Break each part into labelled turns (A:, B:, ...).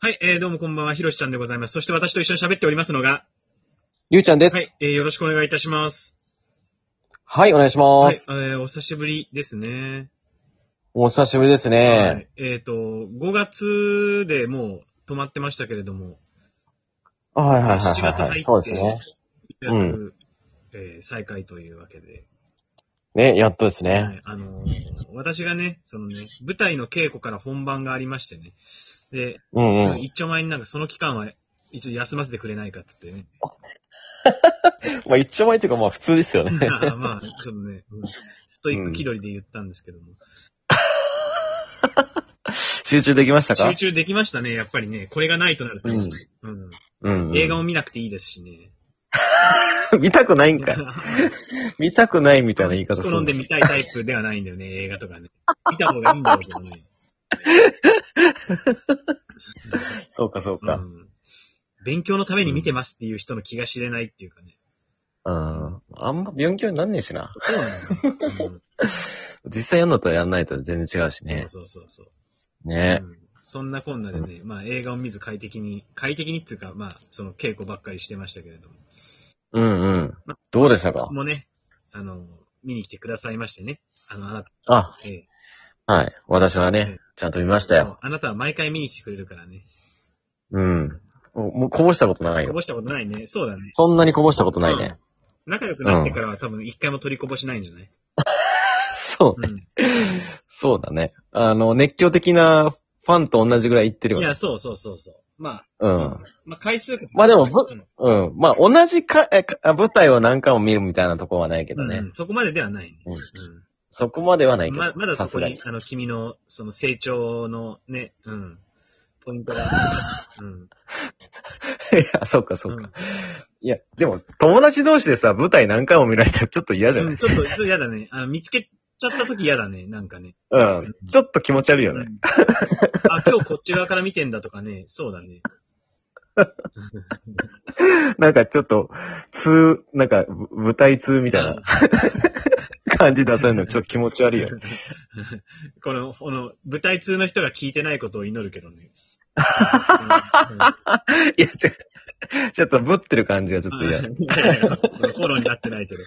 A: はい、えー、どうもこんばんは、ひろしちゃんでございます。そして私と一緒に喋っておりますのが、
B: ゆうちゃんです。
A: は
B: はい、
A: い、えー、よろしくお願いいたします。
B: お願いしま
A: はい
B: す、。
A: えー、お久しぶりですね。
B: お久しぶりです
A: は
B: ね。
A: い、えっ、と、5月でもう止まってましたけれども、
B: はい、はい、はい
A: 7月
B: はい
A: 入
B: は
A: っ
B: い。
A: て
B: そうですね。
A: ようやく、えー再開というわけで、
B: ね、やっとです
A: は
B: ね。
A: い、あのー私がね、そのね、舞台の稽古から本番がありましてね、で、
B: うんうん。
A: 一丁前になんかその期間は一応休ませてくれないかって言ってね、
B: まあ、一丁前っていうか、まあ、普通ですよね。
A: まあまあ、ちょっとね、うんストイック気取りで言ったんですけども、
B: 集中できましたか
A: 集中できましたね、やっぱりね。これがないとなると。
B: うん
A: うん
B: うんうん。
A: 映画を見なくていいですしね。
B: 見たくないんかい。
A: 人
B: 見たくないみたいな言い方す
A: 飲
B: る
A: んで
B: の。
A: 見たいタイプではないんだ よね、映画とかね。見た方がいいんだろうけどね。
B: そうか、そう
A: う
B: か。
A: ん、勉強のために見てますっていう人の気が知れないっていうかね。
B: うん。あんま勉強になんねえしな。
A: そうなんだよ、
B: 実際やんのとやんないと全然違うし
A: う
B: ね
A: ん。。そうそうそうそう、
B: ね
A: う。んそんなこんなでね、まあ映画を見ず快適に、快適にっていうか、まあその稽古ばっかりしてましたけれども。
B: うんうん。どうでしたか
A: もうね、あの、見に来てくださいましてね。あの、あなた、
B: あ、
A: ええ
B: はい。私はね、ちゃんと見ましたよ。
A: あなたは毎回見に来てくれるからね。
B: うん。おもうこぼしたことない
A: こ
B: よ。
A: ぼしたことないね。そうだね。
B: そんなにこぼしたことないね。
A: 仲良くなってからは多分一回も取りこぼしないんじゃない
B: そう
A: うん。
B: そうだね。あの、熱狂的なファンと同じぐらい行ってるよ
A: い
B: ね
A: や、。そうそうそうそう。ま
B: う
A: あ、
B: ん。
A: まあ回数が
B: まあでもぶ
A: うん
B: うん。まあ、同じか、えか舞台を何回も見るみたいなとこはないけどね。
A: うんそこまでではないね。
B: うん
A: う
B: そこまではない
A: ん
B: け
A: ま
B: ど。
A: まだそ
B: さす
A: こ
B: が
A: に
B: に。、
A: あの、君の、その成長のね、うん、ポイント が。うん。
B: いや、そうか、そう
A: う
B: か。
A: ん
B: いや、でも、友達同士でさ、舞台何回も見られたらちょっと嫌じゃ
A: う
B: ない
A: ん、ちょっと、ちょっと嫌だね。あの、見つけちゃった時嫌だね、なんかね。
B: うん。ちょっと気持ち悪いよ
A: う
B: ね。
A: ん あ、今日こっち側から見てんだとかね、そうだね。
B: なんかちょっと、通、なんか、ぶ舞台通みたいな 感じ出されるのちょっと気持ち悪いよね。
A: この、この、舞台通の人が聞いてないことを祈るけど ね。
B: いや、ちょちょっとぶってる感じがちょっと
A: いや
B: 嫌
A: い。やフォローになってない けど。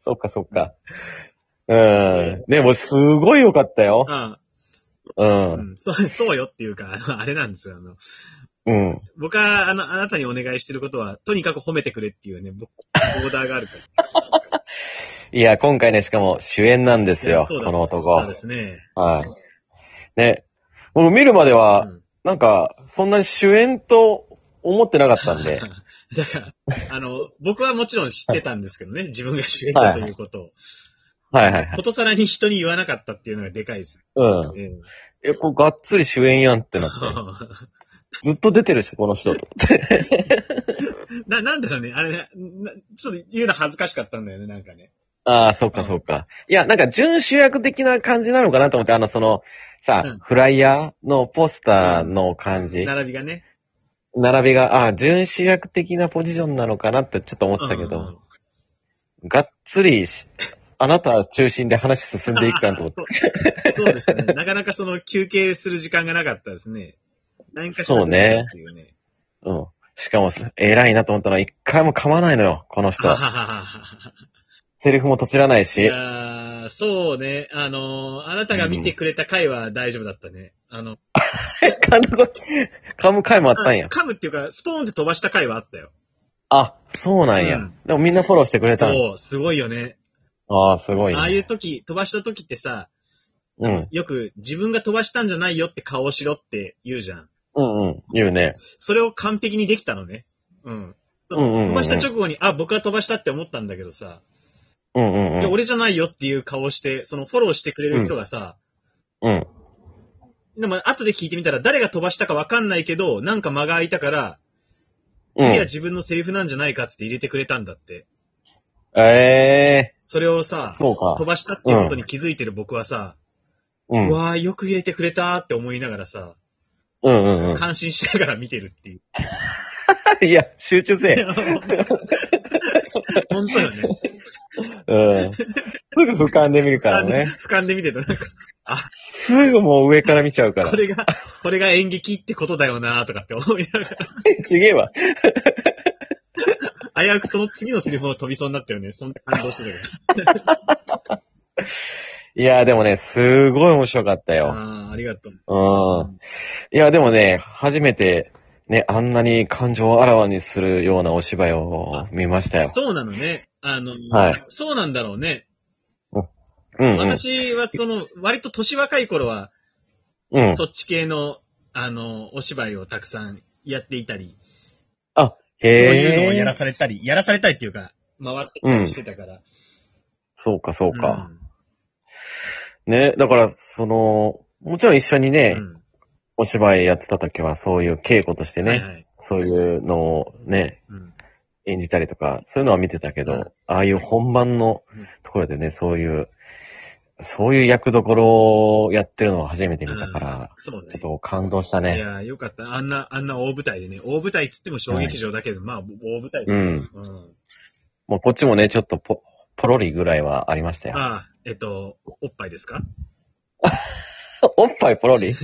B: そっかそっか。うん。ね、もうすごい良かったよ。
A: あ
B: う。
A: あうんん、そう、そうよっていうか、あの、あれなんですよ。あの、
B: うん。
A: 僕は、あの、あなたにお願いしてることは、とにかく褒めてくれっていうね、僕、オーダーがあるから。
B: いや、今回ね、しかも主演なんです
A: い
B: よ、
A: やそうだ
B: この
A: そう
B: 男
A: で。すね。
B: はい。ね。僕見るまで
A: う
B: は、
A: ん、
B: なんか、そんなに主演と思ってなかったん で。
A: だから、あの、僕はもちろん知ってたんですけどね、自分が主演だということを。
B: はいはいはい。
A: ことさらに人に言わなかったっていうのがでかいです。
B: うん。
A: ええ
B: え、こうがっつり主演やんって なって。ずっと出てるし、この人と。
A: な、なんだろうね、あれね、なちょっと言うの恥ずかしかったんだよね、なんかね。
B: ああ、そっかそっか。いや、なんか、準主役的な感じなのかなと思って、あの、その、さ、
A: うん
B: フライヤーのポスターの感じ。
A: 並びがね。
B: 並びが、ああ、準主役的なポジションなのかなってちょっと思ってたけ
A: うんうんうん
B: ど、がっつりし、あなた中心で話進んでいくかなと思って。
A: そうでしたね。 なかなかその休憩する時間がなかったですね。何かしら
B: そうね
A: っていうね。
B: うん。しかも、偉いなと思ったのは、一回も噛まないのよ、この人
A: はは
B: は。
A: はは
B: セリフもとちらない
A: い
B: し。
A: やーそうね。あのーあなたが見てくれた回は大丈夫だったね。あの、
B: 噛んだこと噛む回もあったんや。
A: 噛むっていうか、スポーンって飛ばした回はあったよ。
B: あ、そうなんや。
A: うん
B: でもみんなフォローしてくれたの。
A: そう、すごいよね。
B: ああ、すごい、ね。
A: ああいう時、飛ばした時ってさ、
B: うん。
A: よく自分が飛ばしたんじゃないよって顔をしろって言うじゃん。
B: うんうん。言うね。
A: それを完璧にできたのね。うん。そう
B: うんうんうんうん
A: 飛ばした直後に、あ、僕は飛ばしたって思ったんだけどさ、
B: うんうん
A: いや
B: うん。
A: 俺じゃないよっていう顔をして、そのフォローしてくれる人がさ、
B: うん。
A: でも後で聞いてみたら誰が飛ばしたかわかんないけど、なんか間が空いたから、
B: うん
A: 次は自分のセリフなんじゃないかっつって入れてくれたんだって。
B: ええ
A: それをさ、
B: そう
A: 飛
B: か。
A: ばしたっていうことに気づいてる僕はさ、
B: う。
A: うん
B: うん
A: わーよく入れてくれたーって思いながらさ、
B: うんうん。
A: 感心しながら見てるって いう。
B: いや、集中せえ。
A: 本当よね。
B: うん。すぐ俯瞰で見るからね。
A: 俯瞰で見てるとなんか、
B: すぐもう上から見ちゃうから
A: こ。れが、これが演劇ってことだよなとかって思いなが
B: ちげえわ。
A: ら、危うくその次のセリフを飛びそうになったよね。そんな感動してたけど。
B: いや、でもね、すごい面白かったよ。
A: ああ、ありがとう。
B: うん。いや、でもね、初めて、ね、あんなに感情をあらわにするようなお芝居を見ましたよ。
A: そうなのね。あの、
B: はい
A: そうなんだろうね。
B: うん、うん。
A: 私はその、割と年若い頃は、
B: うん。
A: そっち系の、あの、お芝居をたくさんやっていたり、
B: へ
A: そういうのをやら
B: え。
A: されたり、やらされたりっていうか、回ってきたりしてたから。
B: そうか、そうか。
A: ん。
B: ね、だから、その、もちろん一緒にね、
A: うん
B: お芝居やってた時は、そういう稽古としてね、
A: はいはい
B: そういうのをね、
A: うん
B: 演じたりとか、そういうのは見てたけど、
A: うん
B: ああいう本番の
A: うん
B: ところでね、そういう、そういう役どころをやってるのを初めて見たから、
A: そうね。
B: ちょっと感動した
A: い
B: ね。
A: やー、よかった。あんな、あんな大舞台でね。大舞台っつっても小劇場だけど、まあ、大舞台で
B: う
A: す。
B: ん。
A: うん。
B: もうこっちもね、ちょっとポポロリぐらいはありましたよ。
A: ああ、えっと、おっぱいですか
B: おっぱい ポロリ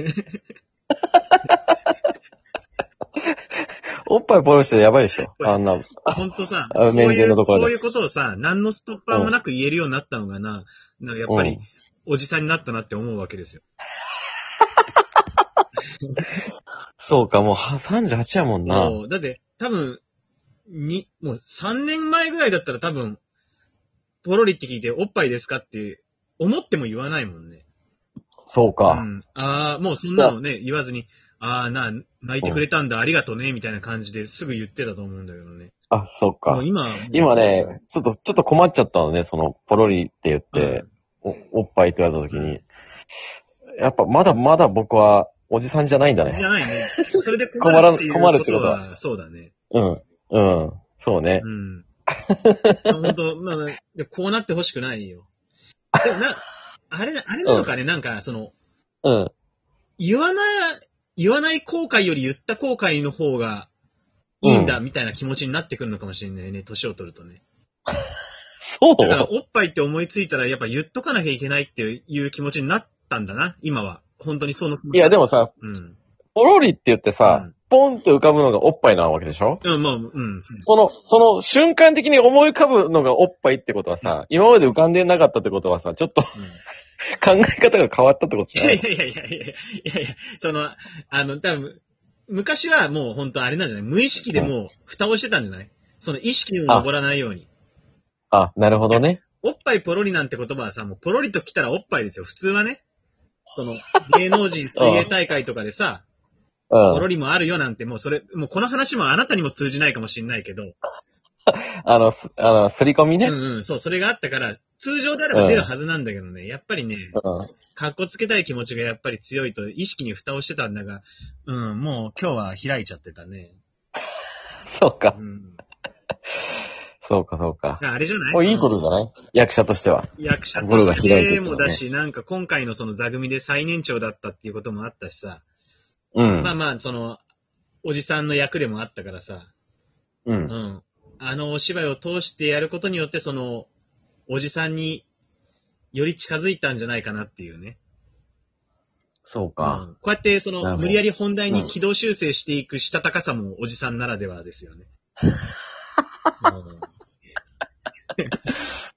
B: おっぱいポロリしてやばいでしょ。あんな、
A: ほんとさ、
B: あ
A: こう
B: 免
A: い
B: 税
A: う、
B: のと
A: こ
B: ころ
A: う
B: で
A: いうことをさ、何のストッパーもなく言えるようになったのがな、なんかやっぱ
B: う
A: り
B: ん、
A: おじさんになったなって思うわけですよ。
B: そうか、もうは38やもんな。
A: そうだって、多分、に、もう3年前ぐらいだったら多分、ポロリって聞いて、おっぱいですかって、思っても言わないもんね。
B: そう
A: う
B: か。
A: ん、ああ、もうそんなのね、言わずに、ああ、な、泣いてくれたんだ、ありがとうね、みたいな感じですぐ言ってたと思うんだけどね。
B: あ、そうか
A: もう。今はもう、
B: 今ね、ちょっと、ちょっと困っちゃったのね、その、ポロリって言って、お、おっぱいって言われた時に。やっぱ、まだまだ僕は、おじさんじゃないんだ
A: うん、じ
B: ね。
A: ゃない ね。それで困るっていう
B: 困ら困るってこと
A: は、そうだね。
B: うん。うん。そうね。
A: うん。本当まあまあ、でこうなってほしくないよ。でもな、あれ、あれなのかね、なんか、その、
B: うん。
A: 言わない、言わない後悔より言った後悔の方が、いいんだ、みたいな気持ちになってくるのかもしれないね、年を取るとね。
B: そう
A: だから、おっぱいって思いついたら、やっぱ言っとかなきゃいけないっていう気持ちになったんだな、今は。本当にその気持ち。
B: いや、でもさ、
A: うん。
B: ポロリって言ってさ、
A: うん
B: ポンって浮かぶのがおっぱいなわけでしょ
A: うん、まあ、うん。
B: その、その瞬間的に思い浮かぶのがおっぱいってことはさ、今まで浮かんでなかったってことはさ、ちょっと 考
A: うん
B: え方が変わったってこと
A: い
B: じゃな
A: や
B: い
A: いやいやいやいやいやいや、その、あの、多分昔はもう本当あれなんじゃない無意識でもう蓋をしてたんじゃないその意識に登らないように。
B: あ、なるほどね。
A: おっぱいポロリなんて言葉はさ、もうポロリと来たらおっぱいですよ、普通はね。その、芸能人水泳大会とかでさ、
B: う
A: ポロ
B: ん。
A: リもあるよなんてもうそれ、もうこの話もあなたにも通じないかもしれないけど、
B: あの、すあの、すり込みね。
A: う
B: うん。
A: んうん、そう、それがあったから、通常であれば出るはずなんだけどね、やっぱりね、かっこつけたい気持ちがやっぱり強いと、意識に蓋をしてたんだが、うん、もう今日は開いちゃってたね。
B: そうか。
A: うん。だ
B: そうか、そうか
A: か。らあれじゃない
B: もういいことじゃない役者としては。
A: 役者
B: 心
A: と
B: が
A: し
B: 開いて
A: て
B: るからね
A: もだし、なんか今回のその座組で最年長だったっていうこともあったしさ、
B: うん。
A: まあまあ、その、おじさんの役でもあったからさ、
B: う。
A: うんん。あのお芝居を通してやることによって、その、おじさんにより近づいたんじゃないかなっていうね。
B: そう
A: う
B: か。
A: んこうやって、そ
B: なる
A: の、
B: ほど
A: 無理やり本題に軌道修正していくしたたかさもおじさんならではですよ ね。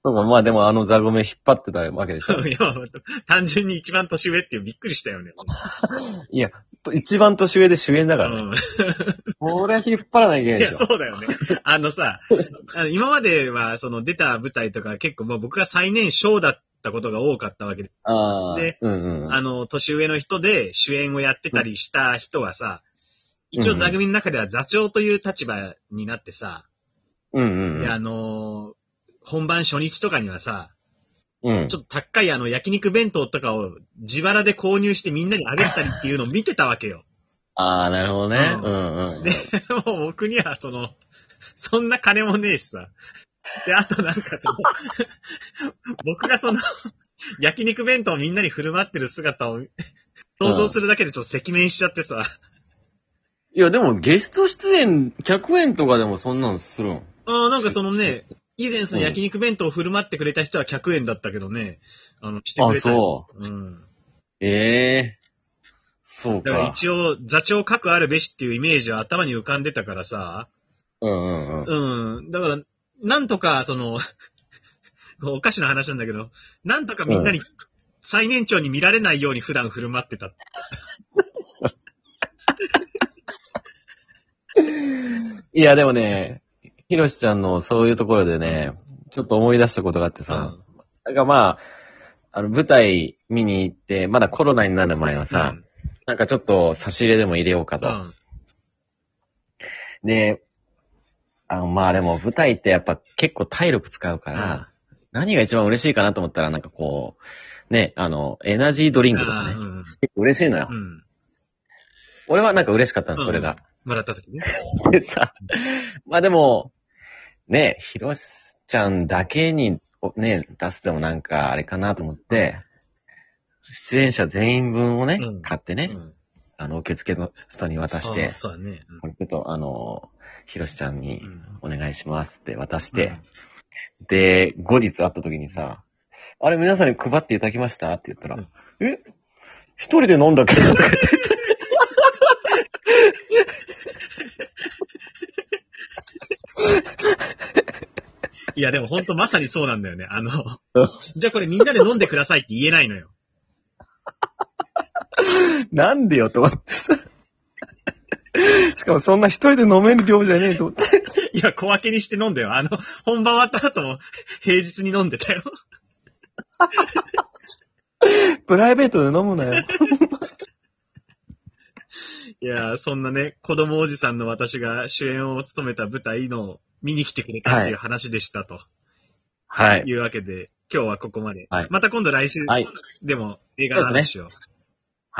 B: そうか、まあでもあの座組引っ張ってたわけでしょ
A: う。ん、いや単純に一番年上っていうびっくりしたよね。
B: いや、一番年上で主演だからね。
A: うん
B: これ引っ張らなきゃいけない
A: い
B: で
A: や、
B: しょ。
A: そうだよね。あのさ、あの今までは、その出た舞台とか結構、まあ僕が最年少だったことが多かったわけで、
B: ああ。
A: で
B: うんうん。
A: あの、年上の人で主演をやってたりした人はさ、一応座組の中では座長という立場になってさ、
B: うんうん。
A: で、あのー本番初日とかにはさ、
B: うん。
A: ちょっと高いあの焼肉弁当とかを自腹で購入してみんなにあげたりっていうのを見てたわけよ。
B: ああ、なるほどね。
A: う
B: うんうん。
A: で、 もう僕にはその、そんな金もねえしさ。で、あとなんかその、 僕がその、焼肉弁当をみんなに振る舞ってる姿を想像するだけでちょっと赤面しちゃってさ。
B: いや、でもゲスト出演、100円とかでもそんなのするん。
A: ああ、なんかそのね、以前その焼肉弁当を振る舞ってくれた人は100円だったけどね、あの、来てく
B: あ
A: れたよ
B: そう。
A: うん。
B: ええそう
A: だから
B: か。
A: 一応、座長かくあるべしっていうイメージは頭に浮かんでたからさ、
B: うんうんうん。
A: うん。だから、なんとか、その、 こうおかしな話なんだけど、なんとかみんなに、最年長に見られないように普段振る舞ってた。
B: いや、でもね、ひろしちゃんのそういうところでね、ちょっと思い出したことがあってさ、なんかまあ、あの、舞台見に行って、まだコロナになる前はさ、
A: うん
B: なんかちょっと差し入れでも入れようか
A: う
B: と。
A: ん。
B: で、あの、まあでも舞台ってやっぱ結構体力使うから、何が一番嬉しいかなと思ったらなんかこう、ね、あの、エナジードリンクとか
A: あー
B: ね、
A: うん
B: 嬉しいのよ
A: う。ん。
B: 俺はなんか嬉しかったの、それ
A: うん
B: が。
A: もらった時ね。
B: でさ、まあでも、ね、ひろしちゃんだけに、おね、出すでもなんかあれかなと思って、出演者全員分をね、
A: うん
B: 買って
A: う
B: ね、
A: ん。
B: あの、受付の人に渡し
A: あー
B: て、
A: そうだね。
B: これちょっとあの、ひろしちゃんに
A: うんうん
B: お願いしますって渡して、で、後日会った時にさ、あれ皆さんに配っていただきましたって言ったら、え一人で飲んだけどとか言って
A: いや、でもほんとまさにそうなんだよね。あの、じゃあこれみんなで飲んでくださいって言えないのよ。
B: なんでよと思ってさ。しかもそんな一人で飲める量じゃねえと思って。
A: いや、小分けにして飲んだよ。あの、本番終わった後も平日に飲んでたよ。
B: プライベートで飲むなよ。
A: いや、そんなね、子供おじさんの私が主演を務めた舞台の見に来てくれたっていう話でしたと
B: はい。
A: いうわけで、今日はここまで。
B: はい
A: また今度来週
B: はい
A: でも映画の話を。